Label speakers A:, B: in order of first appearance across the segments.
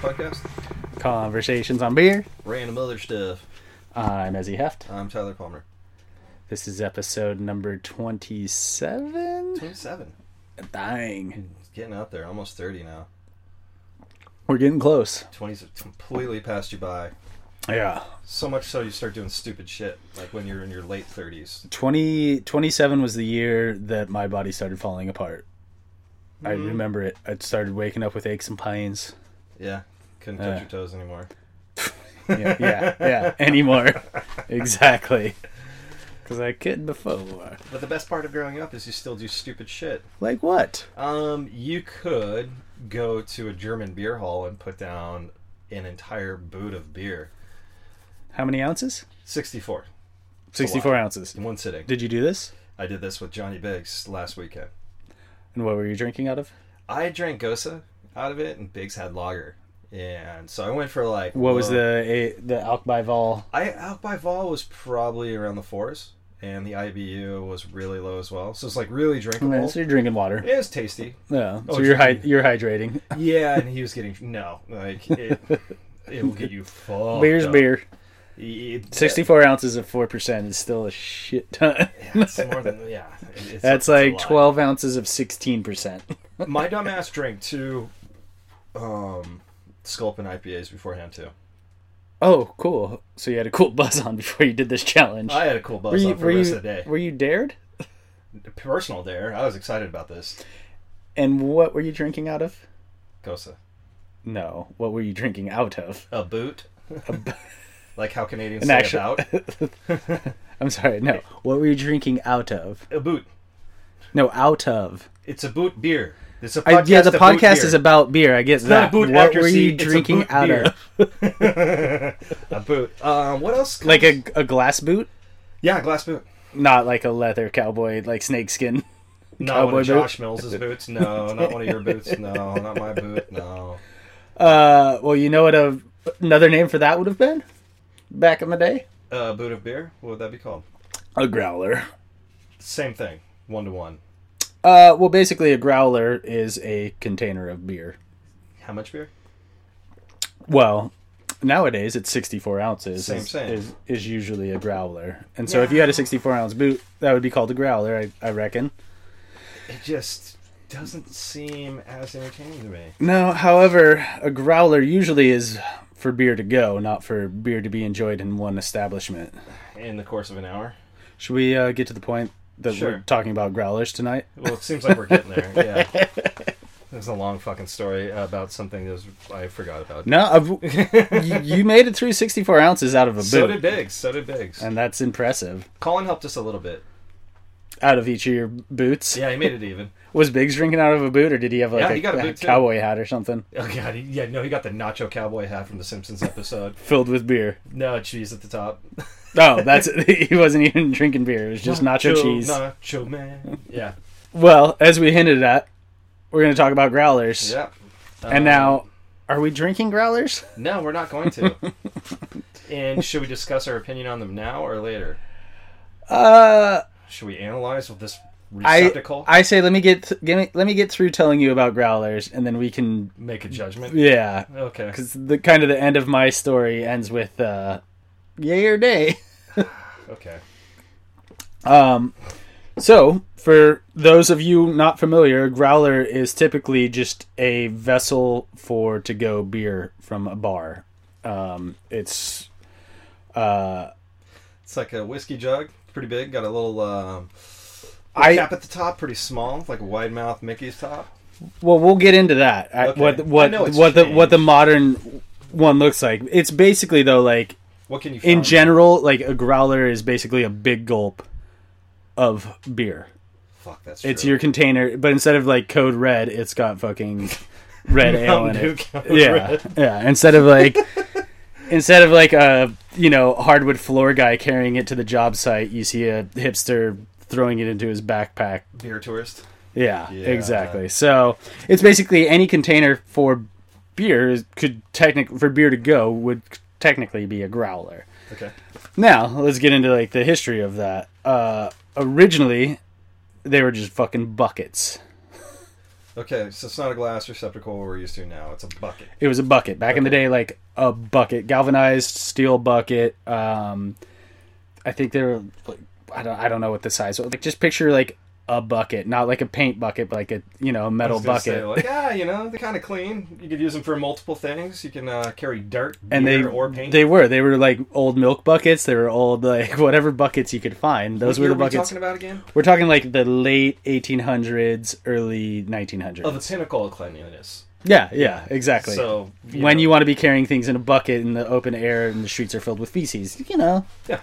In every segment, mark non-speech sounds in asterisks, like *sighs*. A: podcast?
B: Conversations on Beer.
A: Random other stuff.
B: I'm Ezzy Heft.
A: I'm Tyler Palmer.
B: This is episode number 27.
A: 27.
B: Dang.
A: It's getting up there. Almost 30 now.
B: We're getting close.
A: 20's completely passed you by.
B: Yeah.
A: So much so you start doing stupid shit, like when you're in your late 30s.
B: 20, 27 was the year that my body started falling apart. I remember it. I started waking up with aches and pains.
A: Yeah. Couldn't touch
B: Yeah.
A: your toes anymore.
B: Yeah, yeah, yeah. *laughs* Anymore. exactly. Because I could before.
A: But the best part of growing up is you still do stupid shit.
B: Like what?
A: Um, you could go to a German beer hall and put down an entire boot of beer.
B: How many ounces?
A: 64
B: 64 ounces.
A: in one sitting.
B: Did you do this?
A: I did this with Johnny Biggs last weekend.
B: And what were you drinking out of?
A: I drank Gosa out of it, and Biggs had lager, and so I went for like
B: What was
A: low-
B: the a, the Alk by Vol?
A: I out by Vol was probably around the fours, and the IBU was really low as well. So it's like really drinkable.
B: So you're drinking water.
A: It was tasty.
B: Yeah. So
A: Oh,
B: you're
A: drinking.
B: hy- you're hydrating.
A: Yeah, and he was getting *laughs* no like it. it will get you
B: *laughs*
A: fucked.
B: Beer's
A: up.
B: beer.
A: It-
B: 64 ounces at 4% is still a shit ton.
A: yeah, it's more than yeah. it- it's-
B: *laughs* That's
A: it's a
B: like
A: lot.
B: 12 ounces of 16%.
A: My dumbass drank two, um, Sculpin IPAs beforehand too.
B: *laughs* Oh, cool. So you had a cool *laughs* buzz on before you did this challenge.
A: I had a cool
B: were
A: buzz
B: you,
A: on for
B: were,
A: the rest
B: you,
A: of the day.
B: were you dared?
A: Personal dare. I was excited about this.
B: And what were you drinking out of?
A: Gosa.
B: No. What were you drinking out of? *laughs*
A: A boot? *laughs* like how Canadians
B: An
A: say
B: actual-
A: about?
B: I'm sorry. No. What were you drinking out of?
A: A boot.
B: No, out of.
A: It's a boot beer. It's a
B: I,
A: podcast
B: yeah, the
A: about
B: podcast
A: beer.
B: is about beer. I get
A: not
B: that.
A: a boot
B: what
A: accuracy,
B: were you
A: it's a
B: drinking
A: boot
B: out
A: beer.
B: of?
A: *laughs* a boot. Um, what else?
B: Like a, a glass boot,
A: yeah, a glass boot.
B: not like a leather cowboy, like snakeskin.
A: Not
B: Cowboy
A: one of
B: boot?
A: Josh
B: *laughs*
A: Mills's boots. No, not one of your boots. No, not my boot. No.
B: Uh, well, you know what a, another name for that would have been back in the day?
A: A boot of beer. What would that be called?
B: A growler.
A: Same thing. One to one.
B: Uh, well, basically, a growler is a container of beer.
A: How much beer?
B: Well, nowadays it's 64 ounces.
A: Same,
B: is,
A: same.
B: Is, is usually a growler. And so if you had a 64 ounce boot, that would be called a growler, I, I reckon.
A: It just doesn't seem as entertaining to me.
B: No, however, a growler usually is for beer to go, not for beer to be enjoyed in one establishment.
A: In the course of an hour.
B: Should we uh, get to the point that
A: Sure.
B: we're talking about growlers tonight?
A: Well, it seems like we're getting there.
B: *laughs*
A: Yeah. There's a long fucking story about something that was, I forgot about.
B: No, I've, you, you made it through 64 ounces out of a boot.
A: So did Biggs. So did Biggs.
B: And that's impressive.
A: Colin helped us a little bit.
B: Out of each of your boots.
A: Yeah, he made it even. *laughs*
B: Was Biggs drinking out of a boot, or did he have like
A: Yeah,
B: a,
A: he got a
B: a
A: boot, too.
B: cowboy hat or something
A: Oh god, he, yeah, no, he got the nacho cowboy hat from the Simpsons episode.
B: filled with beer?
A: no cheese at the top.
B: Oh,
A: *laughs*
B: that's *laughs* he wasn't even drinking beer. It was just nacho cheese.
A: Nacho man. Yeah,
B: Well, as we hinted at, we're going to talk about growlers.
A: yeah. Uh,
B: And now, are we
A: *laughs*
B: drinking growlers?
A: No, we're not going to.
B: *laughs*
A: and should we discuss our opinion on them now or later?
B: Uh,
A: Should we analyze this
B: I
A: receptacle?
B: I say let me get th- give me, let me get through telling you about growlers, and then we can
A: Make a judgment.
B: yeah,
A: Okay.
B: because the kind of the end of my story ends with uh, yay
A: *laughs*
B: or nay.
A: Okay.
B: Um, so, for those of you not familiar, a growler is typically just a vessel for to go beer from a bar. Um, it's uh,
A: It's like a whiskey jug, pretty big. Got a little um,
B: I
A: cap at the top, pretty small, like a wide mouth Mickey's top.
B: well, we'll get into that. I,
A: Okay.
B: What
A: I
B: what
A: know it's
B: what the what the modern one looks like. It's basically though like
A: What can you find?
B: in general, like a growler is basically a big gulp of beer.
A: Fuck, that's
B: It's
A: true.
B: your container, but instead of like code red, it's got fucking
A: *laughs*
B: red ale in
A: Mountain
B: it.
A: Dew Code
B: Yeah,
A: Red.
B: yeah. Instead
A: *laughs*
B: of like, instead of like a you know hardwood floor guy carrying it to the job site, you see a hipster throwing it into his backpack.
A: beer tourist.
B: Yeah,
A: Yeah.
B: exactly. So it's basically any container for beer is- could technic for beer to go would technically be a growler.
A: Okay.
B: Now let's get into like the history of that. Uh, originally, they were just fucking buckets.
A: Okay, so it's not a glass receptacle we're used to now. It's a bucket.
B: It was a bucket back in the day, like a bucket, galvanized steel bucket. Um, I think they were like I don't I don't know what the size. was. Like just picture like a bucket, not like a paint bucket, but like a you know a
A: I
B: metal
A: was gonna
B: bucket.
A: say, like, yeah, you know, they're kind of clean. You could use them for multiple things. You can uh, carry dirt,
B: and they
A: beer, or paint.
B: they were they were like old milk buckets. They were old like *laughs* whatever buckets you could find. Those
A: What
B: were the
A: year we
B: buckets.
A: talking about again?
B: We're talking like the late 1800s, early 1900s.
A: Oh, the pinnacle of cleanliness.
B: yeah, yeah, exactly.
A: So
B: when
A: know,
B: you want to be carrying things in a bucket in the open air and the streets are filled with feces, you know.
A: Yeah.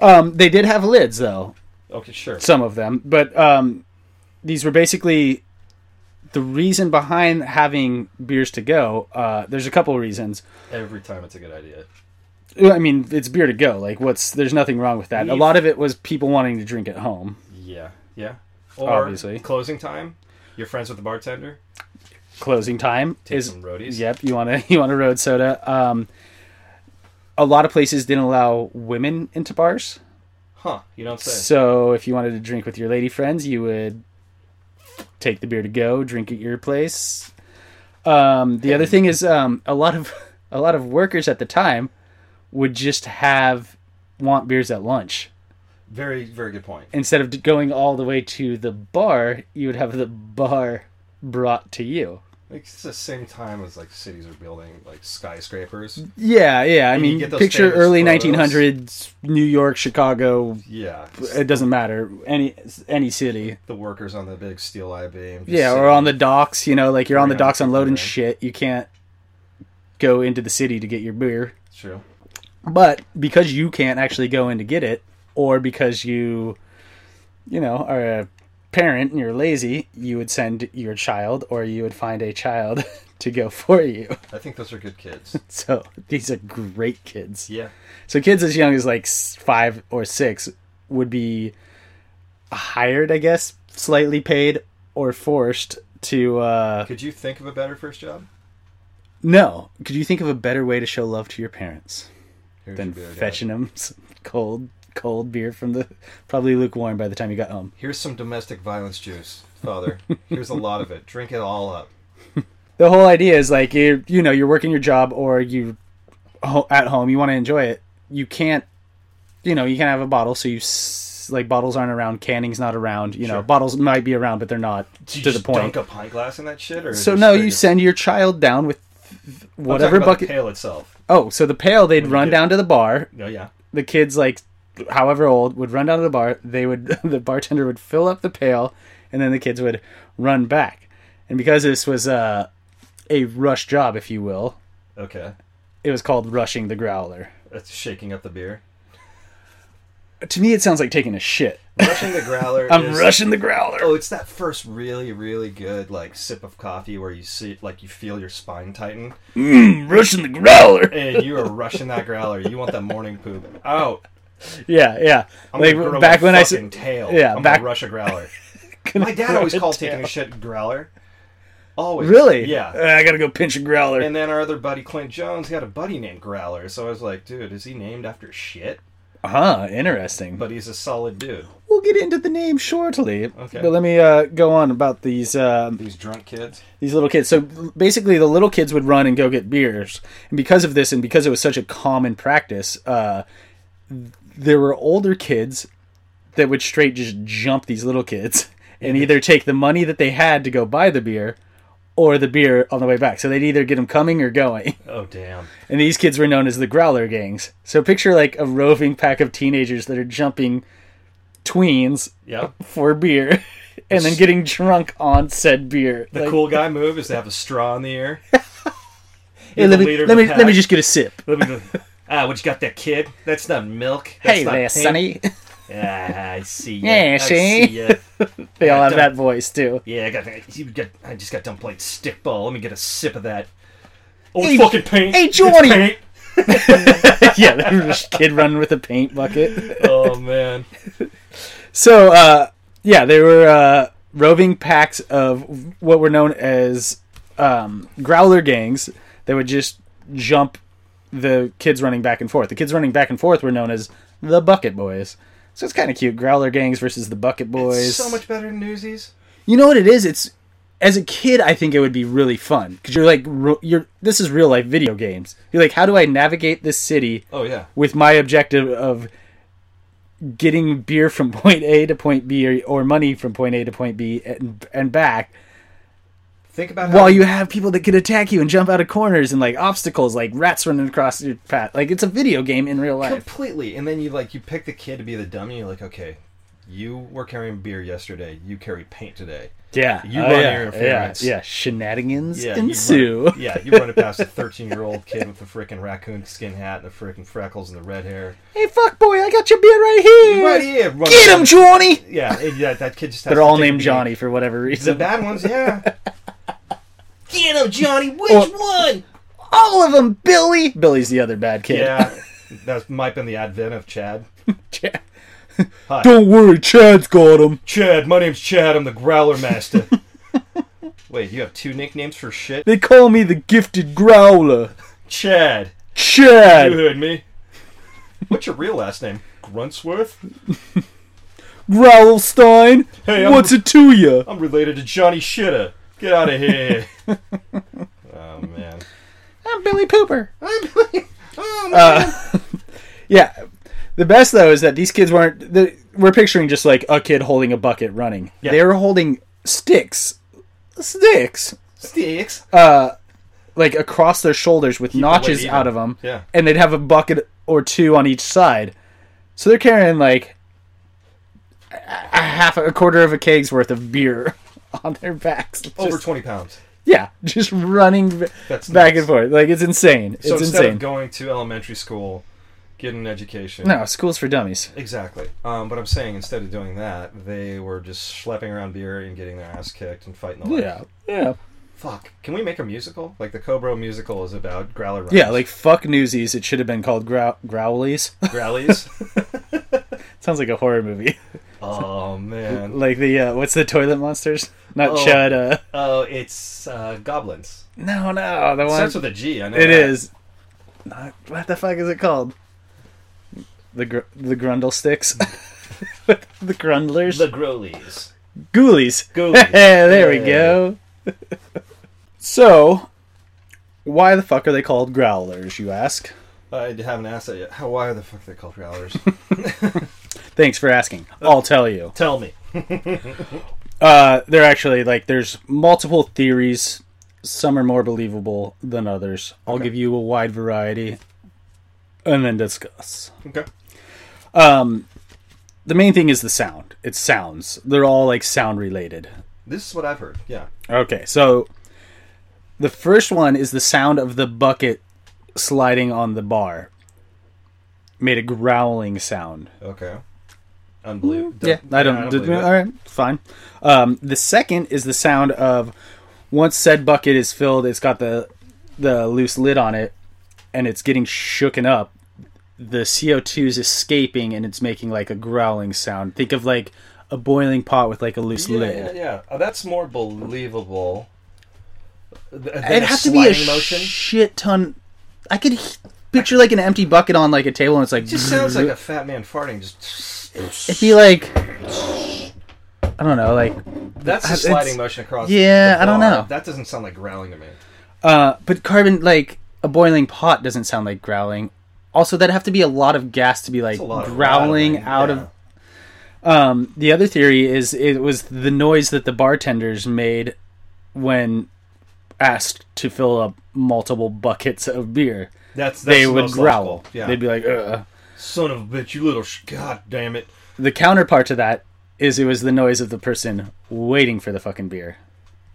B: Um, they did have lids though,
A: okay, sure.
B: some of them, but um, these were basically the reason behind having beers to go. Uh, there's a couple reasons.
A: Every time it's a good idea.
B: I mean, it's beer to go. Like, what's there's nothing wrong with that. A lot of it was people wanting to drink at home.
A: Yeah, yeah. Or
B: Obviously.
A: closing time. You're friends with the bartender.
B: Closing time
A: Take
B: is
A: some roadies.
B: Yep, you want to *laughs* you want a road soda. Um, a lot of places didn't allow women into bars,
A: Huh? You don't say.
B: so if you wanted to drink with your lady friends, you would take the beer to go, drink at your place. Um, the other thing is um, a lot of *laughs* a lot of workers at the time would just have want beers at lunch
A: Very, very good point.
B: instead of going all the way to the bar. You would have the bar brought to you.
A: Like, it's the same time as like cities are building like skyscrapers.
B: Yeah, yeah. I
A: you
B: mean,
A: get those
B: picture
A: famous
B: early
A: photos.
B: 1900s New York, Chicago.
A: Yeah.
B: It doesn't matter any any city.
A: The workers on the big steel I beam. just
B: Yeah,
A: sitting
B: or on the docks. You know, like you're on the
A: Yeah,
B: docks unloading
A: yeah.
B: shit. You can't go into the city to get your beer,
A: True.
B: but because you can't actually go in to get it, or because you, you know, are a parent and you're lazy, you would send your child, or you would find a child *laughs* to go for you. *laughs*
A: I think those are good kids. *laughs*
B: So these are great kids.
A: yeah.
B: So kids as young as like s- five or six would be hired, I guess, slightly paid or forced to. Uh,
A: Could you think of a better first job?
B: no, could you think of a better way to show love to your parents
A: Here's
B: than
A: your beer, Dad.
B: fetching them some cold, cold beer from the probably lukewarm by the time you got home?
A: Here's some domestic violence juice, Father. Here's
B: *laughs*
A: a lot of it. Drink it all up.
B: The whole idea is like you, you know, you're working your job or you ho- at home. You want to enjoy it. You can't, you know, you can't have a bottle, so you. S- like bottles aren't around, canning's not around. You know,
A: Sure.
B: bottles might be around, but they're not
A: Do you
B: to the
A: just
B: point.
A: Dunk a pint glass in that shit, or is
B: So
A: it
B: no,
A: straight
B: you
A: up-
B: send your child down with
A: I'm talking
B: whatever
A: about the
B: bucket.
A: pail itself.
B: Oh, so the pail they'd run
A: get-
B: down to the bar.
A: No, yeah.
B: The kids, like however old, would run down to the bar. They would *laughs* the bartender would fill up the pail, and then the kids would run back. And because this was uh, a rush job, if you will,
A: Okay.
B: it was called rushing the growler.
A: That's shaking up the beer.
B: To me, it sounds like taking a shit.
A: *laughs* Rushing the growler.
B: I'm
A: is-
B: rushing the growler.
A: Oh, it's that first really, really good like sip of coffee where you see, like, you feel your spine tighten,
B: I'm rushing the growler.
A: and you are rushing that growler. You want that morning poop out.
B: *laughs* Yeah, yeah.
A: I'm
B: like
A: gonna grow
B: back
A: a
B: when I
A: fucking
B: said,
A: tail.
B: yeah,
A: I'm
B: back-
A: gonna rush a growler.
B: *laughs*
A: My dad always called taking a shit growler. Always.
B: really,
A: Yeah.
B: Uh, I gotta go pinch a growler.
A: And then our other buddy Clint Jones, he had a buddy named Growler. So I was like, dude, is he named after shit?
B: Huh, interesting. But
A: But he's a solid dude.
B: we'll get into the name shortly.
A: Okay.
B: But let me uh, go on about these um
A: These drunk kids.
B: these little kids. So basically, the little kids would run and go get beers, and because of this, and because it was such a common practice, uh, there were older kids that would straight just jump these little kids *laughs* and either take the money that they had to go buy the beer. Or the beer on the way back, so they'd either get them coming or going. *laughs*
A: Oh damn.
B: And these kids were known as the Growler gangs. So picture like a roving pack of teenagers that are jumping tweens
A: Yeah.
B: for beer *laughs* and then getting drunk on said beer.
A: The
B: Like,
A: cool guy
B: *laughs*
A: move is to have a straw in the air.
B: hey, let
A: the
B: me
A: leader of
B: let
A: the
B: me
A: pack.
B: let me just get a sip.
A: Let me go.
B: *laughs*
A: Ah, what you got that kid? That's not milk. That's
B: hey
A: not
B: there,
A: pink.
B: *laughs* Sonny.
A: Ah, I see. Ya.
B: Yeah,
A: I
B: see? *laughs*
A: ya.
B: they all have
A: don't-
B: that voice too.
A: Yeah, I got, you got. I just got done playing stickball. Let me get a sip of that. Oh,
B: Hey-
A: fucking paint.
B: hey,
A: It's
B: Johnny.
A: paint.
B: *laughs* *laughs* yeah, they were just kid running with a paint bucket.
A: Oh man.
B: *laughs* So uh, yeah, they were uh, roving packs of what were known as um, Growler gangs that would just jump the kids running back and forth. The kids running back and forth were known as the Bucket Boys. So it's kind of cute. Growler gangs versus the Bucket Boys.
A: So much better than Newsies.
B: You know what it is? It's as a kid, I think it would be really fun because you're like, ro- you're this is real life video games. You're like, how do I navigate this city
A: Oh yeah.
B: with my objective of getting beer from *laughs* point A to point B or, or money from point A to point B and, and back
A: Think about how
B: while you have people that could attack you and jump out of corners and like obstacles like rats running across your path. Like it's a video game in real life.
A: completely. And then you like you pick the kid to be the dummy. You're like, okay, you were carrying beer yesterday. You carry paint today.
B: Yeah. Oh,
A: You run
B: yeah.
A: your interference.
B: Yeah. yeah. Shenanigans
A: Yeah, You
B: ensue.
A: run, yeah, you run it past a 13 year old kid with the freaking raccoon skin hat and the freaking freckles and the red hair.
B: Hey, fuck boy, I got your beer right here.
A: Right here, run-
B: Get him, Johnny.
A: Yeah, it- yeah, that kid just. Has
B: They're
A: to
B: all
A: take
B: named
A: the-
B: Johnny for whatever
A: The
B: reason.
A: bad ones, yeah.
C: You know, Johnny, which
B: Or-
C: one?
B: *laughs* all of them, Billy. Billy's the other bad kid. *laughs*
A: Yeah, that might been the advent of Chad.
B: Chad-
A: Hi.
B: Don't worry, Chad's got him.
A: Chad, my name's Chad. I'm the Growler
B: *laughs*
A: Master. Wait, you have two nicknames for shit?
B: They call me the gifted growler.
A: Chad, you
B: *laughs* Chad,
A: heard me. What's your real last name? Gruntsworth?
B: Growlstein.
A: Hey, I'm-
B: What's it to you?
A: I'm related to Johnny Shitter. Get out of
B: *laughs*
A: here. oh, man.
B: I'm Billy Pooper.
A: Oh, man.
B: Yeah. The best though is that these kids weren't. The, we're picturing just like a kid holding a bucket running.
A: Yeah.
B: They were holding sticks, sticks,
A: Sticks.
B: like across their shoulders with notches
A: even.
B: out of them.
A: Yeah.
B: and they'd have a bucket or two on each side. So they're carrying like a a half, a quarter of a keg's worth of beer *laughs* on their backs. Just-
A: Over 20 pounds.
B: yeah, just running b-
A: That's
B: back
A: nuts.
B: and forth. Like it's insane.
A: So
B: it's
A: instead
B: insane.
A: of going to elementary school, get an education.
B: no, school's for dummies.
A: Exactly. Um, but I'm saying instead of doing that, they were just schlepping around beer and getting their ass kicked and fighting the life.
B: Yeah, yeah,
A: Fuck. Can we make a musical? Like the Cobra musical is about growler runners.
B: yeah. Like fuck Newsies. It should have been called Grow- Growlies.
A: *laughs*
B: *laughs*
A: growlies.
B: Sounds like a horror movie. *laughs*
A: oh man.
B: like the uh, what's the toilet monsters? Not
A: Oh.
B: Chud. Uh,
A: Oh, it's uh, goblins.
B: no, no, the
A: It
B: one.
A: starts with a G. I know.
B: It
A: that.
B: is. Not, what the fuck is it called? The gr- the Grundle sticks, *laughs* the Grundlers,
A: The
B: the
A: Growlies.
B: Ghoulies. *laughs*
A: Ghoulies.
B: there
A: Yeah.
B: we go. *laughs* so, why the fuck are they called Growlers? You ask.
A: I haven't asked that yet. How? Why are the fuck they called growlers?
B: Thanks for asking.
A: Uh,
B: I'll *laughs* tell you.
A: Tell me.
B: Uh, they're actually like there's multiple theories. Some are more believable than others. I'll give you a wide variety, and then discuss.
A: Okay.
B: the main thing is the sound. It's sounds. They're all like sound related.
A: This is what I've heard. Yeah.
B: Okay, so the first one is the sound of the bucket sliding on the bar. Made a growling sound.
A: Okay. Unbelievable.
B: Yeah, I don't.
A: believe it.
B: all right, fine. Um, the second is the sound of once said bucket is filled, it's got the the loose lid on it, and it's getting shooken up. The CO two is escaping, and it's making like a growling sound. Think of like a boiling pot with like a loose
A: Yeah,
B: lid.
A: yeah, yeah. Uh, that's more believable. th- than
B: It'd
A: a
B: have to be a
A: sliding
B: shit ton. I could h- picture like an empty bucket on like a table, and it's like
A: It just sounds
B: *laughs*
A: like a fat man farting. Just
B: it'd be like I don't know, like
A: that's a
B: It's-
A: sliding motion across.
B: yeah,
A: the
B: I don't
A: bar.
B: know.
A: That doesn't sound like growling to me.
B: Uh, but carbon, like a boiling pot, doesn't sound like growling. Also, that'd have to be a lot of gas to be like
A: It's a lot of
B: growling out
A: yeah.
B: of. Um, the other theory is it was the noise that the bartenders made when asked to fill up multiple buckets of beer.
A: That's, that's
B: They
A: the
B: would
A: most
B: growl.
A: logical. Yeah.
B: They'd be like, Ugh.
A: "Son of a bitch, you little sh- god damn it."
B: The counterpart to that is it was the noise of the person waiting for the fucking beer.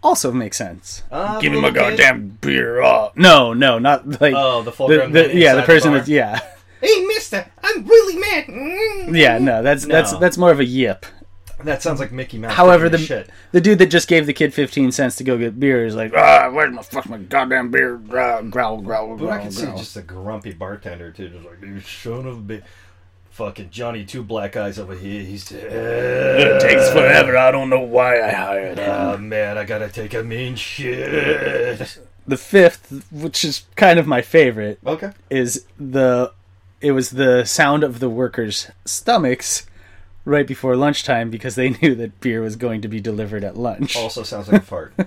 B: Also makes sense.
A: Uh,
B: Give him a
A: little bitch.
B: goddamn beer up. No, no, not like
A: Oh, the full
B: the,
A: grown
B: the,
A: man
B: yeah,
A: inside
B: the
A: the
B: person
A: bar.
B: that's yeah,
C: Hey, mister, I'm really mad.
A: Mm-hmm.
C: Mm.
B: yeah. No, that's that's
A: No.
B: that's more of a yip.
A: That sounds like Mickey Mouse.
B: However, the
A: taking a shit.
B: the dude that just gave the kid fifteen cents to go get beer is like, ah, where's my fuck my goddamn beer? Growl, growl, growl,
A: But I
B: growl.
A: can see
B: growl.
A: just a grumpy bartender too, just like you son of a bitch. Fucking Johnny Two Black Eyes over here. He's
B: It
A: uh,
B: takes forever. I don't know why I hired him.
A: oh, man, I gotta take a mean shit.
B: The fifth, which is kind of my favorite,
A: Okay.
B: is the it was the sound of the workers' stomachs *laughs* right before lunchtime because they knew that beer was going to be delivered at lunch.
A: Oh. Also sounds like a fart. *laughs*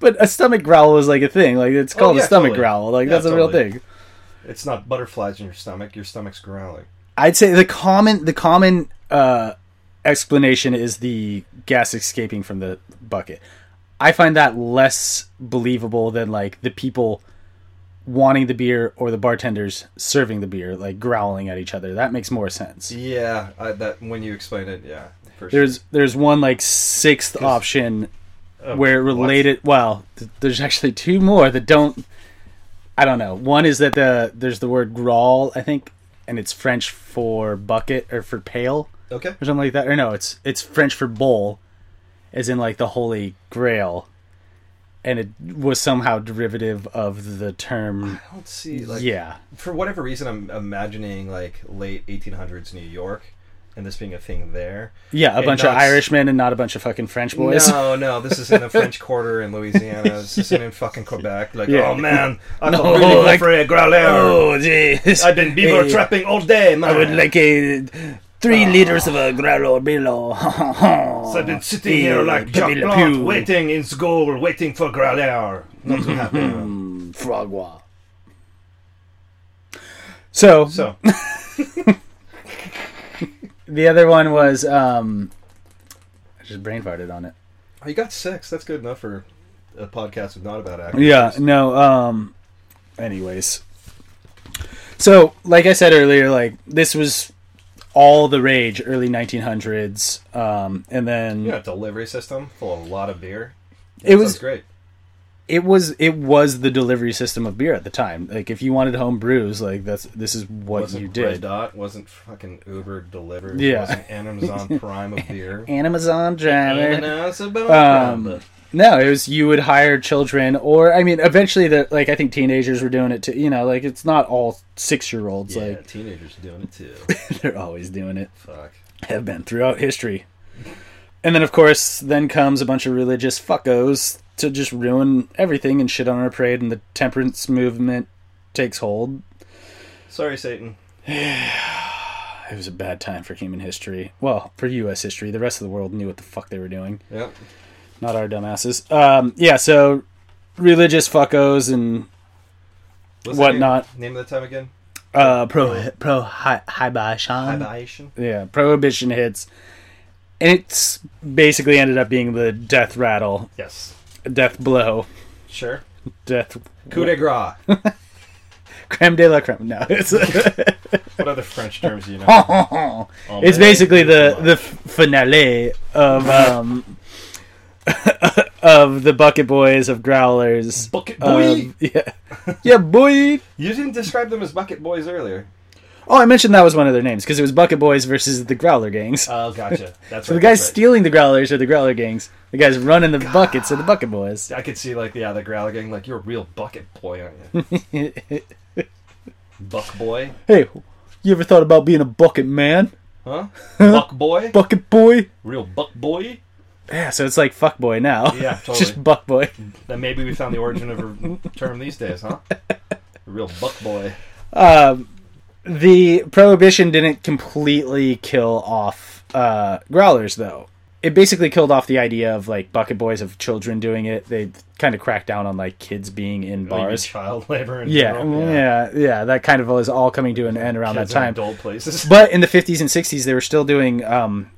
B: But a stomach growl is like a thing. Like it's called
A: Oh, yeah,
B: a stomach
A: totally.
B: growl. Like
A: Yeah,
B: that's a real
A: totally.
B: thing.
A: It's not butterflies in your stomach. Your stomach's growling.
B: I'd say the common the common uh, explanation is the gas escaping from the bucket. I find that less believable than like the people wanting the beer or the bartenders serving the beer like growling at each other. That makes more sense.
A: Yeah, I, that when you explain it, yeah. For sure.
B: There's there's one like sixth option
A: Oh,
B: where it
A: what?
B: related well th- there's actually two more that don't i don't know one is that the there's the word grawl i think and it's french for bucket or for pail
A: Okay.
B: or something like that or no it's it's french for bowl as in like the holy grail and it was somehow derivative of the term
A: I don't see *sighs* like
B: yeah
A: for whatever reason I'm imagining like late 1800s New York and this being a thing there.
B: yeah a
A: and
B: bunch of
A: not s-
B: irishmen and not a bunch of fucking french boys *laughs*
A: No, no, this is in the French Quarter in Louisiana. This isn't in fucking Quebec. Like,
B: Yeah.
A: oh man, I
B: No,
A: no, really like,
B: like-
A: oh. for a growler.
B: Oh, jeez
A: I've been beaver
B: Hey,
A: trapping all day, man.
B: a
A: Ah.
B: three liters of a growler below. so
A: I've been sitting here like Jack Blanc, waiting in school, waiting for growler. Not to happen.
B: *laughs* Frogwa. So,
A: so, Oh,
B: the other one was um, I just brain farted on it.
A: you got six. That's good enough for a podcast with not about actors.
B: Yeah, no, um anyways. So, like I said earlier, like this was all the rage early 1900s um and then
A: Yeah, delivery system full of a lot of beer.
B: it
A: That
B: was
A: sounds great.
B: it was it was the delivery system of beer at the time. Like if you wanted home brews, like that's this is what
A: wasn't
B: you
A: Red
B: did.
A: Dot, wasn't fucking Uber delivered.
B: Yeah.
A: wasn't Amazon Prime of beer.
B: Amazon driver.
A: Um,
B: Um, no, it was you would hire children, or I mean, eventually the like I think teenagers were doing it too. You know, like it's not all six year olds.
A: yeah,
B: Like *laughs*
A: teenagers doing it *laughs* too.
B: they're always doing it.
A: Fuck.
B: have been throughout history. And then, of course, then comes a bunch of religious fuckos to just ruin everything and shit on our parade, and the temperance movement takes hold.
A: Sorry, Satan.
B: It was a bad time for human history. Well, for U.S. history. The rest of the world knew what the fuck they were doing.
A: Yep.
B: Not our dumbasses. Um, yeah, so religious fuckos and
A: What's
B: Whatnot.
A: The name, name of the time again?
B: uh, pro pro hi,
A: Um,
B: hi,
A: Hibation.
B: yeah, prohibition hits, and it's basically ended up being the death rattle,
A: Yes.
B: death blow,
A: Sure.
B: death
A: Coup de grace.
B: creme de la creme. No, *laughs* it's
A: *laughs* what other French terms do you know?
B: *laughs*
A: Oh,
B: it's basically the the finale of um *laughs* of the Bucket Boys of Growlers.
A: Bucket boy.
B: Um, yeah, yeah, boy.
A: you didn't describe them as bucket boys earlier.
B: Oh, I mentioned that was one of their names because it was Bucket Boys versus the Growler gangs.
A: Oh, gotcha.
B: *laughs*
A: That's
B: so the guys stealing the Growlers are the Growler gangs. The guys running the buckets are the Bucket Boys.
A: I could see like yeah, the growl gang. Like you're a real bucket boy,
B: *laughs*
A: aren't you? Buck boy,
B: Hey, you ever thought about being a bucket man, *laughs*
A: huh? Buck boy,
B: bucket boy?
A: real buck boy.
B: Yeah, so it's like fuck boy now.
A: Yeah, totally.
B: *laughs* just buck boy.
A: Then maybe we found the origin of her term these days,
B: *laughs*
A: huh? Real buck boy.
B: um, the prohibition didn't completely kill off uh, growlers though it basically killed off the idea of like bucket boys of children doing it they kind of cracked down on like kids being in
A: Like,
B: bars
A: child labor and
B: yeah, mm, yeah yeah that kind of was all coming to an end around that time
A: adult *laughs* places.
B: but in the 50s and 60s they were still doing um,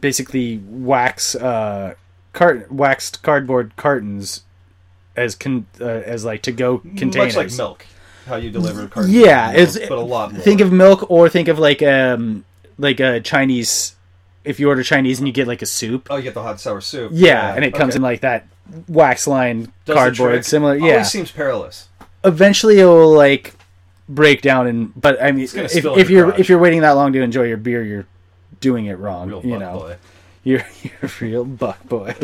B: basically wax uh, cart- waxed cardboard cartons as con- uh, as like to go containers Mm,
A: Much like milk, how you deliver cartons.
B: yeah,
A: of
B: it's
A: milk, but a lot. More.
B: Think of milk, or think of like um like a Chinese. If you order Chinese and you get like a soup,
A: oh, you get the hot sour soup.
B: yeah, and it comes
A: okay.
B: in like that wax line
A: Does the
B: cardboard,
A: trick.
B: similar. Yeah,
A: always seems perilous.
B: eventually it will like break down and. But I mean,
A: gonna
B: if,
A: spill in
B: if
A: your
B: you're
A: garage.
B: if you're waiting that long to enjoy your beer, you're doing it wrong.
A: Real
B: you
A: buck
B: know,
A: boy.
B: you're *laughs* you're a real buck boy.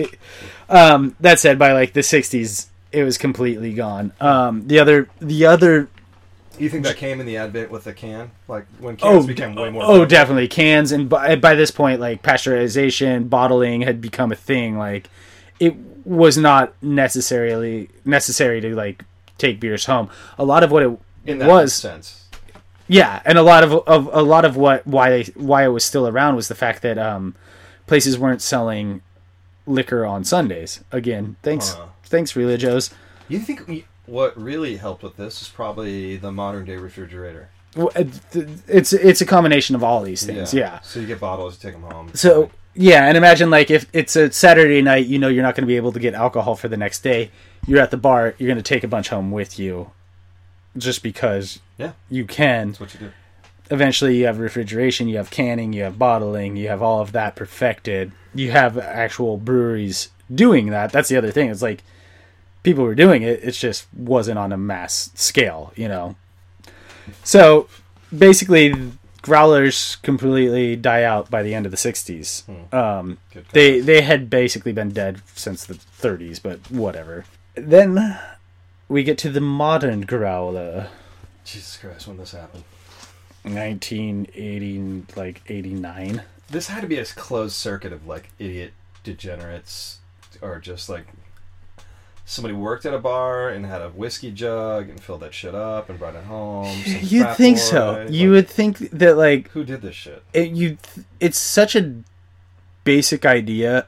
B: um, that said, by like the '60s, it was completely gone. Um, the other the other
A: You think that came in the advent with the can, like when
B: Oh,
A: cans became way more?
B: Oh, definitely cans, and by, by this point, like pasteurization, bottling had become a thing. Like it was not necessarily necessary to like take beers home. A lot of what it
A: in that
B: was,
A: sense.
B: yeah, and a lot of, of a lot of what why they why it was still around was the fact that um places weren't selling liquor on Sundays. Again, thanks,
A: Huh.
B: thanks, Religios.
A: You think we- what really helped with this is probably the modern day refrigerator.
B: Well, it- uh, It's it's a combination of all these things. yeah.
A: So you get bottles, you take them home.
B: So yeah, and imagine like if it's a Saturday night, you know you're not going to be able to get alcohol for the next day. You're at the bar. You're going to take a bunch home with you, just because
A: yeah,
B: you can.
A: that's what you do.
B: Eventually, you have refrigeration, you have canning, you have bottling, you have all of that perfected. You have actual breweries doing that. That's the other thing. It's like people were doing it. It just wasn't on a mass scale, you know. So basically, growlers completely die out by the end of the '60s. Um,
A: Good God.
B: they they had basically been dead since the 30s, but whatever. Then we get to the modern growler,
A: Jesus Christ, when this happened,
B: 1980 like 89.
A: this had to be a closed circuit of like idiot degenerates or just like somebody worked at a bar and had a whiskey jug and filled that shit up and brought it home. some
B: *laughs* You'd
A: frat
B: think
A: boy,
B: so.
A: like,
B: You would think that like
A: Who did this shit?
B: it, you it's such a basic idea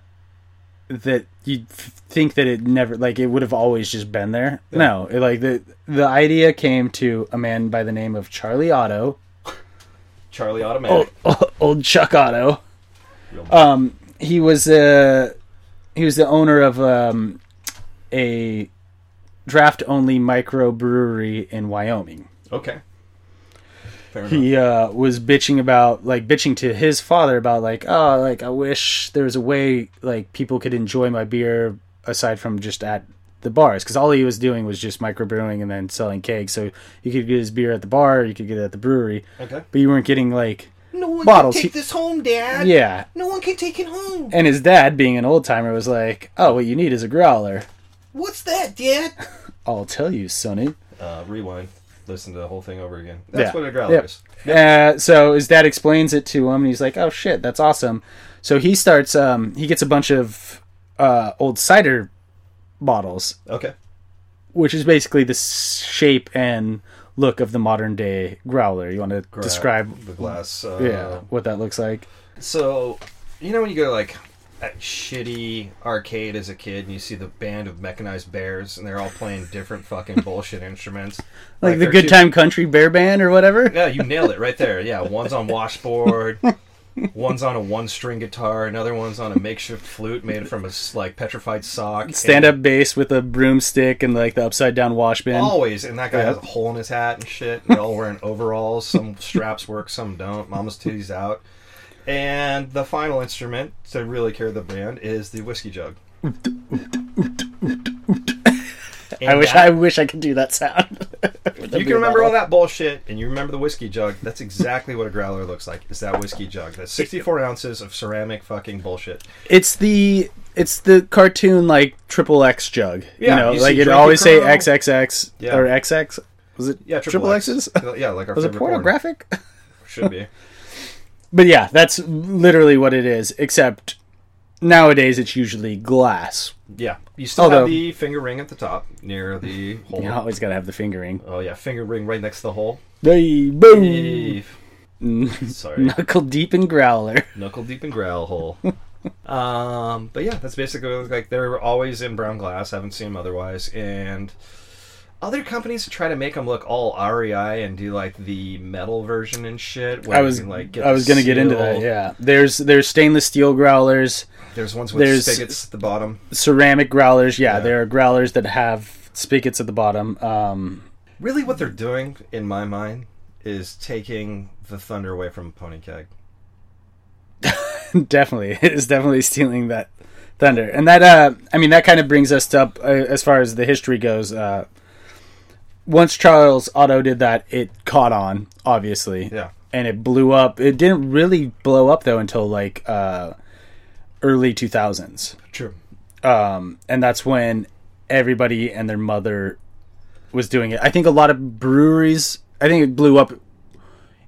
B: that you think that it never like it would have always just been there. No, it, like the the idea came to a man by the name of Charlie Otto,
A: Charlie
B: old,
A: Automatic.
B: Oh, *laughs* old Chuck Otto.
A: Real-
B: um, he was uh, he was the owner of um, a draft only microbrewery in Wyoming.
A: okay. Fair enough.
B: He uh, was bitching about like bitching to his father about like oh like I wish there was a way like people could enjoy my beer aside from just at the bars because all he was doing was just microbrewing and then selling kegs. So you could get his beer at the bar, you could get it at the brewery,
A: Okay.
B: but you weren't getting like
C: No one
B: Bottles.
C: can take this home, Dad.
B: yeah
C: No one can take it home.
B: And his dad, being an old timer, was like, "Oh, what you need is a growler."
C: What's that, Dad?
B: I'll tell you, sonny.
A: Uh, rewind. Listen to the whole thing over again. That's
B: Yeah.
A: what a growler
B: Yep.
A: is.
B: Uh, so his dad explains it to him, and he's like, "Oh shit, that's awesome." So he starts. Um, he gets a bunch of uh, old cider bottles,
A: Okay.
B: which is basically the s- shape and look of the modern day growler. You want to
A: Gra-
B: describe,
A: the glass. Uh,
B: yeah, what that looks like?
A: So, you know when you go to like a shitty arcade as a kid and you see the band of mechanized bears and they're all playing
B: *laughs*
A: different fucking bullshit instruments.
B: Like, the
A: they're
B: Good
A: two-
B: Time Country Bear Band or whatever.
A: Yeah, you nailed it right there. Yeah, one's on
B: *laughs*
A: washboard, one's on a one-string guitar, another one's on a makeshift flute made from a s- like petrified sock. and
B: Stand-up bass with a broomstick and like the upside down wash bin.
A: Always, and that guy
B: Yeah.
A: has a hole in his hat and shit. They're all wearing overalls. Some straps work, some don't. Mama's titties out. And the final instrument to really carry the band is the whiskey jug.
B: I wish
A: I.
B: I wish I could do that sound. *laughs*
A: you can remember all that bullshit and you remember the whiskey jug that's exactly what a growler looks like is that whiskey jug that's 64 ounces of ceramic fucking bullshit
B: It's the it's the cartoon like triple X jug.
A: Yeah,
B: you know,
A: you see
B: like it
A: Drinking
B: always say
A: Crow.
B: XXX
A: Yeah.
B: or XX. Was it
A: yeah
B: triple X's? *laughs*
A: yeah like our
B: Was it
A: favorite porn.
B: pornographic?
A: should be
B: but yeah, that's literally what it is. Except nowadays it's usually glass.
A: yeah you still
B: Although-
A: have the finger ring at the top near
B: *laughs*
A: the hole
B: You always gotta have the fingering.
A: oh yeah finger ring right next to the hole
B: Hey, boom,
A: Yay.
B: Mm. *laughs*
A: sorry
B: knuckle deep in growler.
A: knuckle deep in growl
B: *laughs*
A: hole um but yeah that's basically what it was like they're always in brown glass i haven't seen them otherwise and other companies try to make them look all rei and do like the metal version and shit where
B: I
A: you
B: was
A: can, like get
B: I
A: the
B: was gonna get into
A: seal.
B: that. Yeah, there's there's stainless steel growlers.
A: there's ones with
B: There's-
A: spigots at the bottom
B: ceramic growlers. Yeah, there are growlers that have spigots at the bottom. Um,
A: really what they're doing in my mind is taking the thunder away from pony keg
B: *laughs* definitely, it is definitely stealing that thunder. And that, uh, I mean, that kind of brings us up uh, as far as the history goes. Uh, once Charles Otto did that, it caught on, obviously,
A: yeah
B: and it blew up. It didn't really blow up though until like uh, early two thousands.
A: true
B: um, and that's when everybody and their mother was doing it. I think a lot of breweries. I think it blew up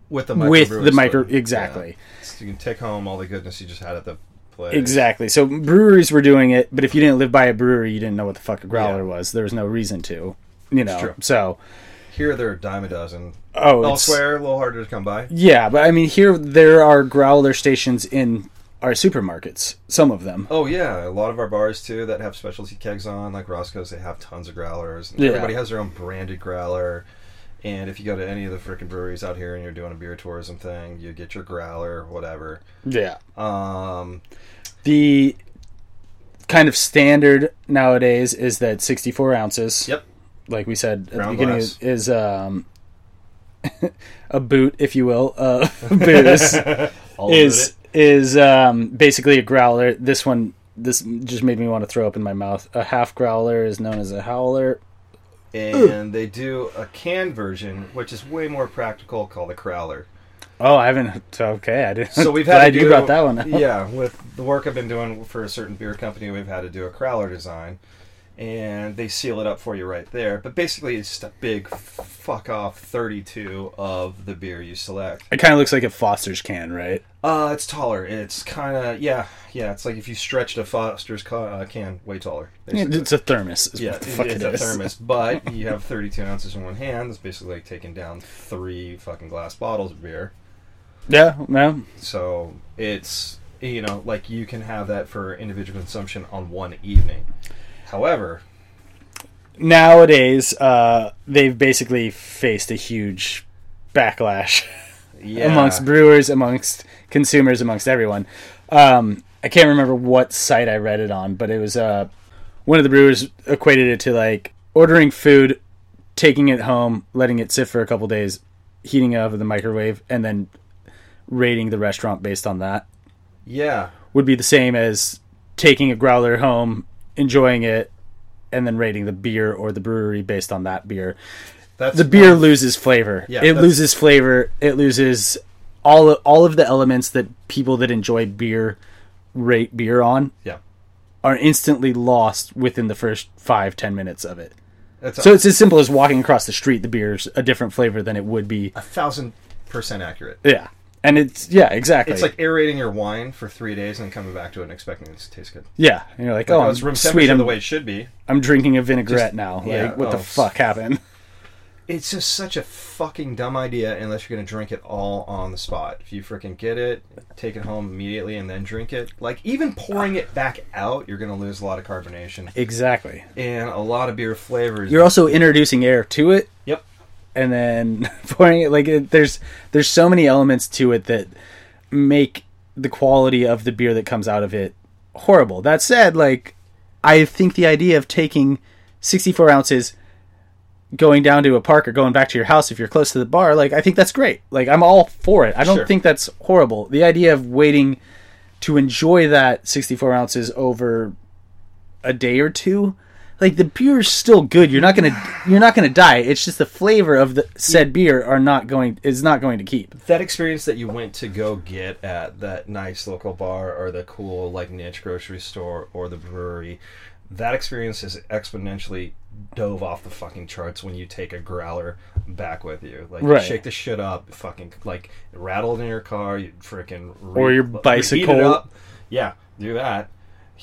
A: with the
B: with
A: microbrew
B: the micro
A: instead.
B: exactly
A: Yeah. So you can take home all the goodness you just had at the place
B: exactly so breweries were doing it but if you didn't live by a brewery you didn't know what the fuck a growler
A: Yeah.
B: was there was no reason to you know
A: true.
B: so
A: here they're a dime a dozen
B: oh it's-
A: Elsewhere, a little harder to come by.
B: yeah but i mean here there are growler stations in are supermarkets. Some of them.
A: Oh yeah, a lot of our bars too that have specialty kegs on, like Roscoe's, they have tons of growlers. And
B: Yeah.
A: Everybody has their own branded growler. And if you go to any of the freaking breweries out here and you're doing a beer tourism thing, you get your growler, whatever.
B: Yeah.
A: Um,
B: The kind of standard nowadays is that 64 ounces.
A: Yep.
B: Like we said at the
A: Ground
B: beginning,
A: glass.
B: is um, *laughs* a boot, if you will, of *laughs* booze.
A: all
B: is is um, basically a growler. This one, this just made me want to throw up in my mouth. A half growler is known as a howler.
A: of it. And they do a canned version, which is way more practical, called a crowler.
B: Oh, I haven't. Okay, I didn't.
A: So
B: *laughs*
A: we've had
B: glad
A: to
B: you
A: do-
B: brought that one. Up.
A: yeah, with the work I've been doing for a certain beer company, we've had to do a crowler design, and they seal it up for you right there. But basically, it's just a big f- fuck off thirty-two of the beer you select.
B: It kind of looks like a Foster's can, right?
A: Uh, it's taller. It's kind of yeah, yeah. It's like if you stretched a Foster's ca- uh, can way taller. basically.
B: It's a thermos. Is
A: Yeah,
B: what the
A: it-
B: fuck
A: it's
B: it
A: a
B: is.
A: thermos,
B: *laughs*
A: but you have 32 ounces in one hand. It's basically like taking down three fucking glass bottles of beer.
B: Yeah, no,
A: So it's you know like you can have that for individual consumption on one evening. However,
B: nowadays uh, they've basically faced a huge backlash *laughs*
A: yeah,
B: amongst brewers, amongst consumers, amongst everyone. Um, I can't remember what site I read it on, but it was uh, one of the brewers equated it to like ordering food, taking it home, letting it sit for a couple days, heating it up in the microwave, and then rating the restaurant based on that
A: yeah,
B: would be the same as taking a growler home, enjoying it, and then rating the beer or the brewery based on that beer.
A: that's
B: The beer loses flavor.
A: Yeah,
B: it
A: that's-
B: loses flavor. It loses all all of the elements that people that enjoy beer rate beer on
A: yeah.
B: are instantly lost within the first five ten minutes of it.
A: That's
B: So
A: a,
B: it's as simple as walking across the street. The beer's a different flavor than it would be.
A: a thousand percent accurate.
B: Yeah, and it's yeah exactly.
A: It's like aerating your wine for three days and coming back to it and expecting it to taste good.
B: yeah, and you're like
A: Oh,
B: oh
A: it's room
B: sweet.
A: temperature
B: I'm,
A: the way it should be.
B: I'm drinking a vinaigrette now. Like
A: yeah,
B: what the
A: oh, s- *laughs*
B: fuck happened?
A: It's just such a fucking dumb idea unless you're gonna drink it all on the spot. If you freaking get it, take it home immediately and then drink it. Like even pouring it back out, you're gonna lose a lot of carbonation
B: Exactly.
A: and a lot of beer flavors.
B: You're also introducing air to it
A: yep.
B: and then *laughs* pouring it like it, there's there's so many elements to it that make the quality of the beer that comes out of it horrible. That said, like I think the idea of taking 64 ounces going down to a park or going back to your house if you're close to the bar, like I think that's great. Like I'm all for it. I don't
A: Sure.
B: think that's horrible. The idea of waiting to enjoy that 64 ounces over a day or two like the beer's still good you're not gonna you're not gonna die it's just the flavor of the said beer are not going is not going to keep
A: that experience that you went to go get at that nice local bar or the cool like niche grocery store or the brewery that experience is exponentially dove off the fucking charts when you take a growler back with you like
B: Right.
A: shake the shit up fucking like rattled in your car you freaking re-
B: Or your
A: reheat it
B: bicycle.
A: up. yeah do that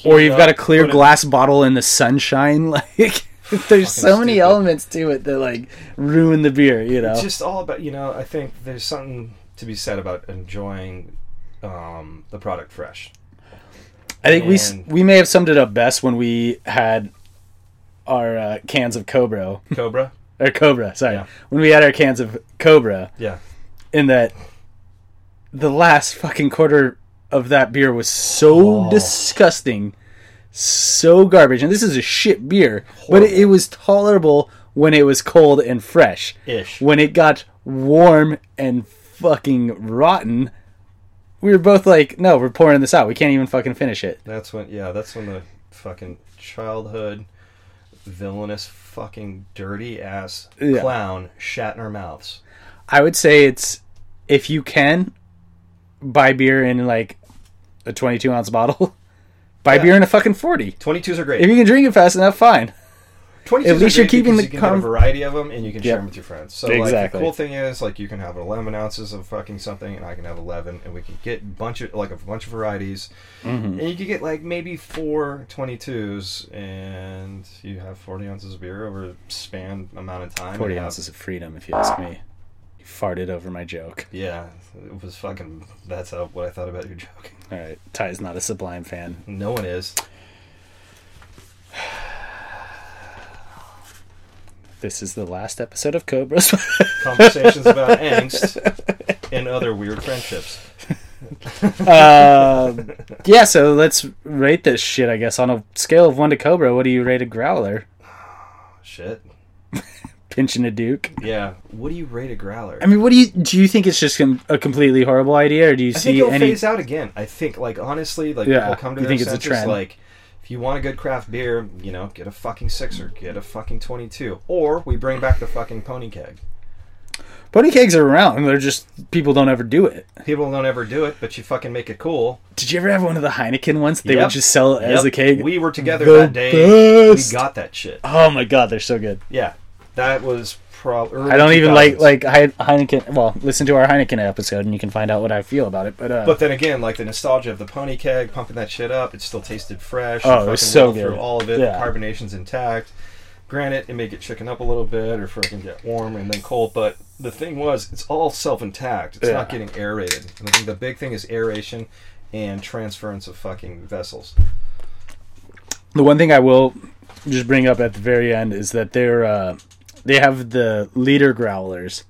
B: or
A: Heat it
B: you've
A: up,
B: got a clear
A: put it-
B: glass bottle in the sunshine *laughs* like there's so many
A: stupid.
B: elements to it that like ruin the beer you know
A: It's just all about you know. I think there's something to be said about enjoying um, the product
B: *laughs*
A: fresh.
B: i think we s-
A: and-
B: we may have summed it up best when we had our uh, cans of cobra *laughs*
A: Cobra,
B: or cobra sorry
A: Yeah.
B: when we had our cans of cobra
A: yeah,
B: in that the last fucking quarter of that beer was so
A: Oh.
B: disgusting, so garbage. And this is a shit beer, but it, it was tolerable when it was cold and fresh.
A: ish.
B: When it got warm and fucking rotten, we were both like, "No, we're pouring this out. We can't even fucking finish it."
A: That's when, yeah, that's when the fucking childhood villainous fucking dirty ass
B: Yeah.
A: clown shat in our mouths.
B: I would say it's if you can buy beer in like a 22 ounce bottle, *laughs* buy
A: Yeah.
B: beer in a fucking 40.
A: 22s are
B: If
A: great.
B: you can drink it fast enough, fine.
A: 22s
B: at least
A: are
B: you're
A: great
B: keeping
A: because
B: the
A: you can
B: com-
A: get a variety of them and you can share
B: Yep.
A: them with your friends. So like the
B: Exactly.
A: cool thing is like you can have 11 ounces of fucking something and I can have 11 and we can get a bunch of like a bunch of varieties.
B: Mm-hmm.
A: And you can get like maybe four 22s and you have 40 ounces of beer over a span amount of time.
B: 40
A: and have
B: ounces of freedom, if you ask me. You farted over my joke.
A: Yeah, it was fucking. That's how, what I thought about your joke. *laughs*
B: All right. Ty is not a Sublime fan.
A: No one is.
B: This is the last episode of Cobras. *laughs*
A: Conversations about angst and other weird friendships.
B: uh, yeah, so let's rate this shit, I guess. On a scale of 1 to Cobra, what do you rate a Growler?
A: Shit.
B: Pinching a Duke?
A: Yeah. What do you rate a growler?
B: I mean, what do you do? You think it's just com- a completely horrible idea, or do you
A: I think
B: see
A: it'll
B: any?
A: phase out again. I think, like, honestly, like,
B: Yeah,
A: people come to
B: you
A: their
B: think it's a
A: senses,
B: trend.
A: like, if you want a good craft beer, you know, get a fucking sixer, get a fucking 22. Or we bring back the fucking pony keg.
B: Pony kegs are around. They're just people don't ever do it.
A: People don't ever do it, but you fucking make it cool.
B: Did you ever have one of the Heineken ones? They
A: Yep.
B: would just sell it as
A: Yep,
B: a keg.
A: We were together
B: The
A: that day.
B: best.
A: We got that shit.
B: Oh my god, they're so good.
A: Yeah. That was probably.
B: I don't even like like Hei- Heineken. Well, listen to our Heineken episode, and you can find out what I feel about it. But, uh,
A: But then again, like the nostalgia of the pony keg, pumping that shit up, it still tasted fresh.
B: Oh, it
A: You
B: was
A: fucking
B: so
A: roll Through
B: good.
A: all of it,
B: Yeah.
A: the carbonation's intact. Granted, it may get chicken up a little bit or fucking get warm and then cold, but the thing was, it's all self-intact. It's not
B: Yeah.
A: getting aerated. And I think the big thing is aeration and transference of fucking vessels.
B: the one thing I will just bring up at the very end is that they're uh, they have the leader growlers,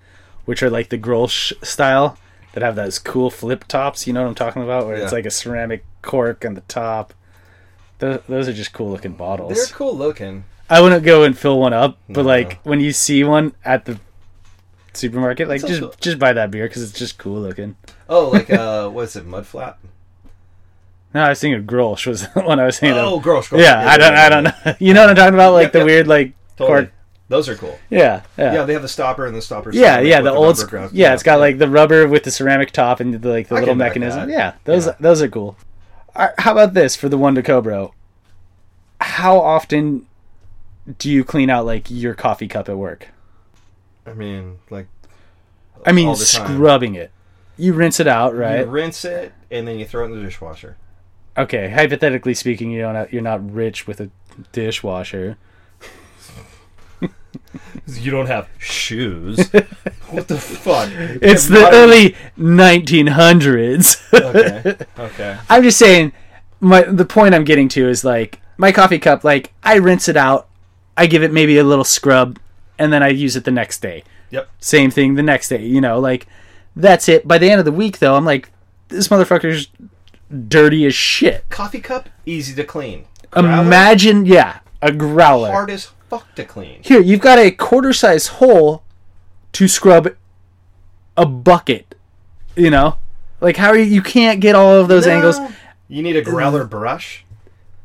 B: which are like the Grolsch style that have those cool flip tops. You know what I'm talking about? Where it's
A: Yeah.
B: like a ceramic cork on the top. Those, those are just cool looking bottles.
A: They're cool looking.
B: I wouldn't go and fill one up, but
A: No.
B: like when you see one at the supermarket, like
A: It's
B: just
A: also-
B: just buy that beer because it's just cool looking.
A: Oh, like
B: *laughs*
A: uh, what's it, mudflap?
B: No, I was thinking of Grolsch was *laughs* the one I was thinking
A: Oh,
B: of.
A: gross. gross.
B: Yeah, I don't, I don't know. *laughs* You know what I'm talking about? Like
A: Yep,
B: the
A: yep.
B: weird, like
A: Totally.
B: cork.
A: Those are cool.
B: Yeah, yeah,
A: Yeah,
B: yeah,
A: they have the stopper and the stopper.
B: yeah.
A: ceramic with
B: the old,
A: rubber
B: sc-
A: grout.
B: yeah, it's got like the rubber with the ceramic top and the, like the
A: I
B: little
A: can back that.
B: mechanism. Yeah, those
A: Yeah.
B: those are cool. All right, how about this for the one to Cobro? How often do you clean out like your coffee cup at work?
A: I mean, like.
B: I mean,
A: all the time.
B: scrubbing it. You rinse it out, right?
A: You rinse it and then you throw it in the dishwasher.
B: okay, hypothetically speaking, you don't have, you're not rich with a dishwasher.
A: You don't have
B: *laughs*
A: shoes. what the fuck?
B: It's the early 1900s.
A: Okay. Okay.
B: *laughs* I'm just saying my the point I'm getting to is like my coffee cup like I rinse it out, I give it maybe a little scrub and then I use it the next day.
A: Yep.
B: Same thing the next day, you know, like that's it. By the end of the week though, I'm like this motherfucker's dirty as shit.
A: Coffee cup, easy to clean. Growler,
B: Imagine, yeah, a growler.
A: hard as fuck to clean.
B: Here, you've got a quarter size hole to scrub a bucket. You know? Like how are you you can't get all of those angles.
A: You need a
B: Mm.
A: growler brush.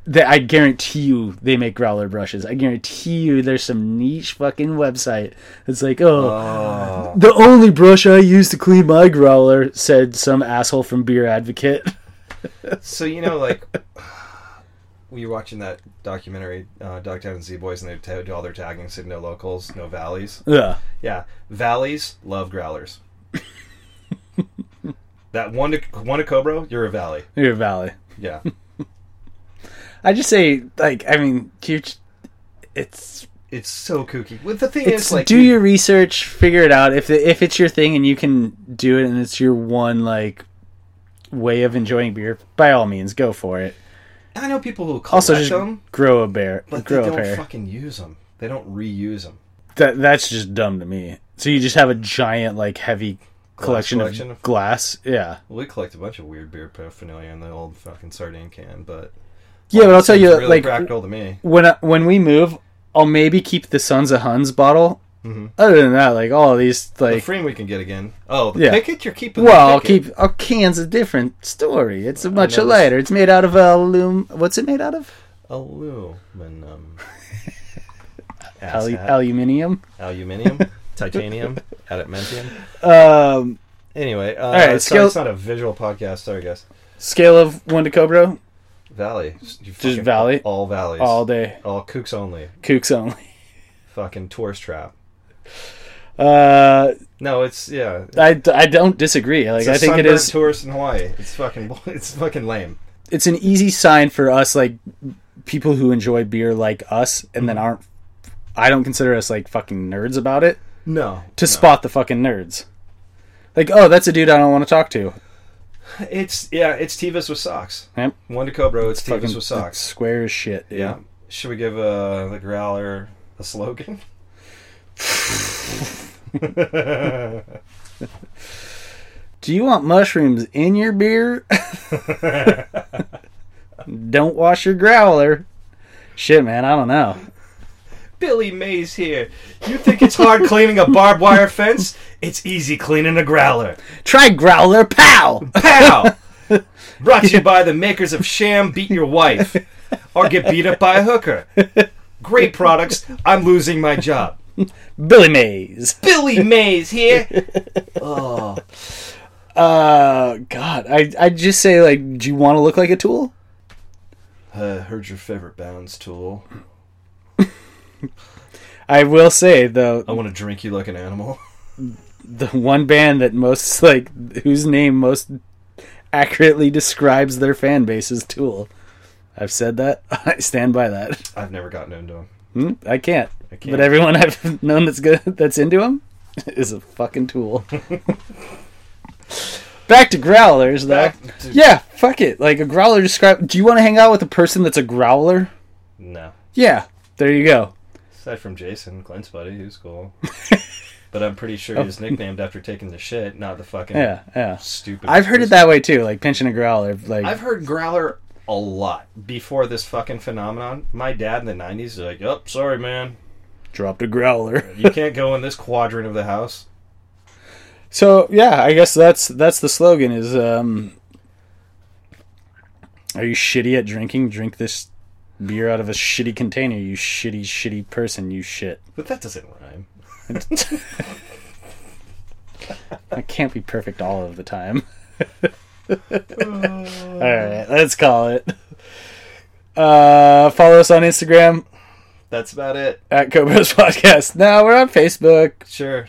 B: That I guarantee you they make growler brushes. I guarantee you there's some niche fucking website that's like, oh,
A: Oh.
B: the only brush I use to clean my growler, said some asshole from Beer Advocate.
A: *laughs*
B: *laughs*
A: So you know, like *sighs* we were watching that documentary, uh, Dogtown and Z Boys, and they t- do all their tagging, said no locals, no valleys.
B: yeah.
A: Yeah, valleys love
B: *laughs*
A: growlers. that one to one to Cobra, you're a valley.
B: You're Valley.
A: Yeah.
B: I just say like I mean you j- it's
A: It's so kooky. Well, the thing
B: it's
A: is, like,
B: do
A: you-
B: your research, figure it out. If if it's your thing and you can do it, and it's your one like way of enjoying beer, by all means, go for it.
A: I know people who collect
B: Also, just
A: them,
B: grow a bear,
A: but they
B: grow a
A: don't
B: pair.
A: fucking use them. They don't reuse them.
B: that that's just dumb to me. So you just have a giant like heavy collection,
A: collection
B: of
A: of-
B: glass. Yeah,
A: We collect a bunch of weird beer paraphernalia in the old fucking sardine can, but
B: yeah. But I'll tell
A: it's
B: you,
A: really
B: like
A: practical to me.
B: when I, when we move, I'll maybe keep the Sons of Huns bottle.
A: Mhm.
B: Other than that, like all these
A: The
B: like.
A: frame we can get again. Oh, the
B: Yeah.
A: picket you're keeping. the
B: Well, I'll
A: picket.
B: keep. Oh, can's a different story. It's a much
A: never s-
B: lighter. It's made out of alum. What's it made out of?
A: aluminum,
B: *laughs* Alu-
A: Asshat.
B: aluminium. *laughs*
A: aluminium, titanium, adamantium.
B: Um,
A: Anyway, uh,
B: right,
A: sorry,
B: scale-
A: it's not a visual podcast. Sorry, guys.
B: scale of one to Cobra,
A: Valley, You fucking-
B: valley?
A: all valleys,
B: all day,
A: all kooks only.
B: kooks only.
A: Fucking tourist trap.
B: Uh,
A: No, it's yeah.
B: I, I don't disagree. Like
A: It's a
B: I think it
A: sunburnt
B: is.
A: tourist in Hawaii. It's fucking it's fucking lame.
B: It's an easy sign for us, like people who enjoy beer like us, and then aren't. I don't consider us like fucking nerds about it
A: No.
B: to spot the fucking nerds. Like, oh, that's a dude I don't want to talk to.
A: It's yeah, it's Tevis with socks.
B: Yep.
A: One to Cobra, it's
B: Fucking
A: Tevis with socks.
B: Square as shit. dude.
A: Yeah. Should we give uh, the growler a slogan? *laughs*
B: Do you want mushrooms in your beer? don't wash your growler. Shit, man, I don't know.
A: Billy Mays here. You think it's hard cleaning a barbed wire fence? It's easy cleaning a growler.
B: Try growler, pal.
A: *laughs* Pow! Brought to you by the makers of Sham Beat Your Wife or Get Beat Up by a Hooker. Great products. I'm losing my job.
B: Billy Mays.
A: Billy Mays here. Oh,
B: Uh, God, I I just say like, do you want to look like a tool?
A: uh, heard your favorite bounds tool.
B: I will say though,
A: I want to drink you like an animal.
B: the one band that most *laughs* like whose name most accurately describes their fan base is Tool. I've said that. *laughs* I stand by that.
A: I've never gotten into them.
B: Hmm, I can't.
A: I can't.
B: But everyone I've *laughs* known that's good that's into him *laughs* is a
A: *laughs*
B: fucking Tool. Back to growlers though.
A: Back to-
B: Yeah, fuck it. Like a growler describe Do you want to hang out with a person that's a growler?
A: No.
B: Yeah. There you go.
A: Aside from Jason, Clint's buddy, who's
B: *laughs*
A: cool. but I'm pretty sure he's nicknamed after taking the shit, not the fucking
B: Oh. Yeah, yeah.
A: stupid.
B: I've heard it that way too, like pinching a growler like
A: I've heard growler a lot before this fucking phenomenon. My dad in the '90s is like, "Yep, sorry, man,
B: dropped a growler.
A: you can't go in this quadrant of the house."
B: So yeah, I guess that's that's the slogan is um Are you shitty at drinking? Drink this beer out of a shitty container, you shitty shitty person, you shit.
A: But that doesn't rhyme.
B: I can't be perfect all of the time. *laughs* all right, let's call it. Uh follow us on Instagram
A: That's about it.
B: at Cobras Podcast. No, we're on Facebook.
A: Sure.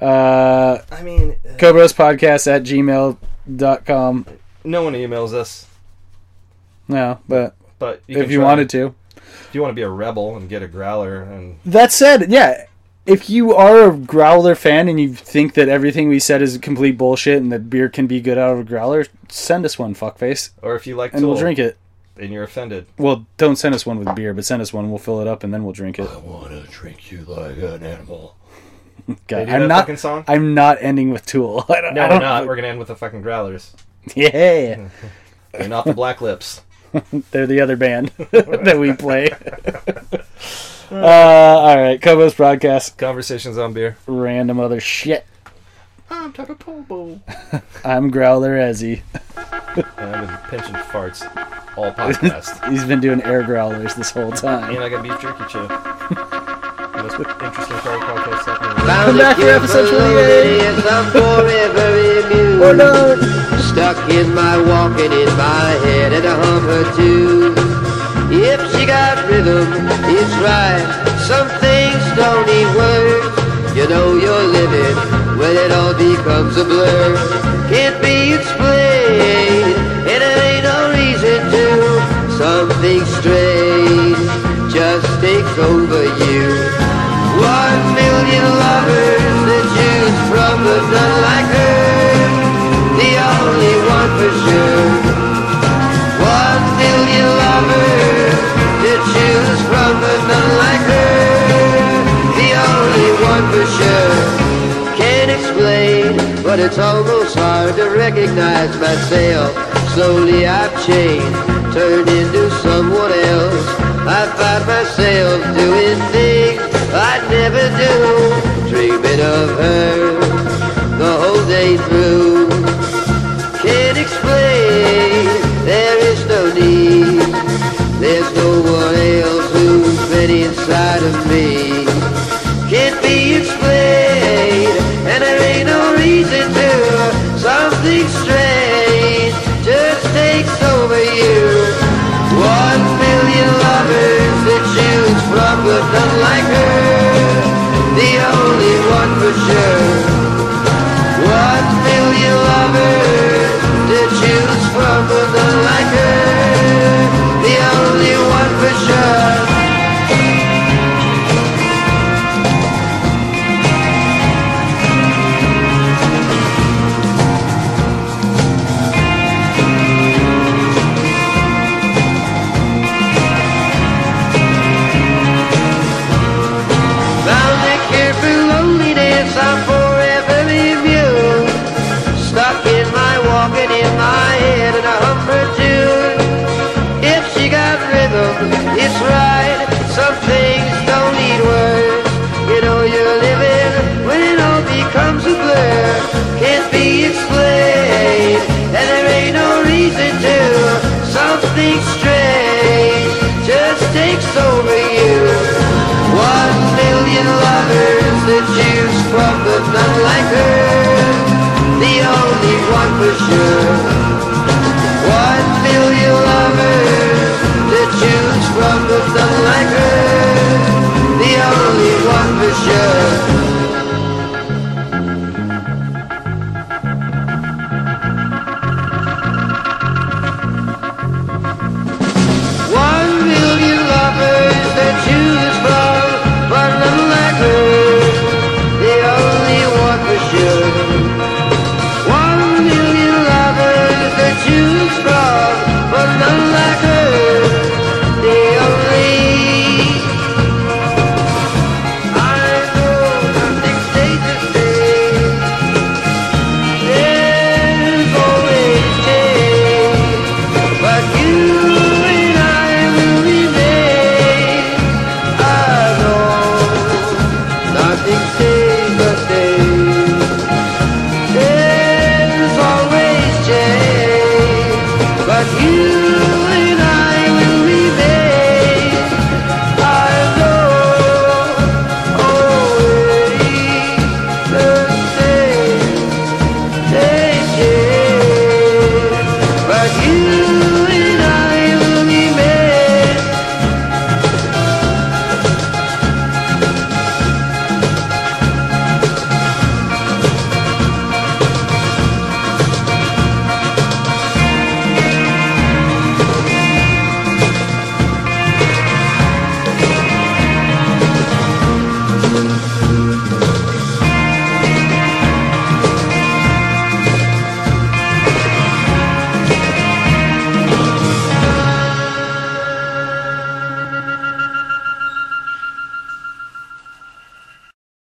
B: Uh
A: I mean, uh,
B: Cobras Podcast at gmail.com.
A: no one emails us,
B: No, but
A: but you
B: if
A: can
B: you
A: try.
B: wanted to.
A: if you want to be a rebel and get a growler, and
B: That said, yeah, if you are a growler fan and you think that everything we said is complete bullshit and that beer can be good out of a growler, send us one, fuckface,
A: or if you like,
B: and
A: Tool
B: we'll drink it.
A: and you're offended.
B: Well, don't send us one with beer, but send us one. We'll fill it up and then we'll drink it.
A: I want to drink you like an animal.
B: God,
A: do that
B: I'm not.
A: fucking song?
B: I'm not ending with Tool. *laughs* I don't,
A: No,
B: I
A: we're
B: don't,
A: not. We're gonna end with the fucking growlers.
B: Yeah,
A: You're not the black lips.
B: they're the other band *laughs* that
A: *laughs*
B: we play. uh, all right, Kobo's broadcast
A: Conversations on beer.
B: random other shit.
A: I'm talking Pobo.
B: *laughs* I'm Growler Ezzy.
A: And I've been pinching farts
B: *laughs*
A: all podcast.
B: He's been doing air growlers this whole time.
A: and I got beef jerky *laughs* chip. Most interesting part of the podcast happening.
D: Found
B: Back
D: a
B: here, E episode
D: episode
B: 28.
D: and I'm forever immune.
B: Oh, no.
D: Stuck in my walking in my head and a hump or two. If she got rhythm, it's right. Some things don't need words. You know you're living when it all becomes a blur. Can't be explained, and it ain't no reason to. Something strange just takes over you. One million lovers that choose from the none like her, the only one for sure. One million lovers that choose from the none like her, the only one for sure. Can't explain, but it's almost hard to recognize myself. Slowly I've changed, turned into someone else. I find myself doing things I never do, dreaming of her the whole day through. Can't explain, there is no need. There's no one else who's been inside of me can't be explained, and there ain't no reason to. Something strange just takes over you. One million lovers that choose from, but none like her. The only one for sure. One million lovers to choose from, but none like her. The only one for sure. becomes a blur, can't be explained.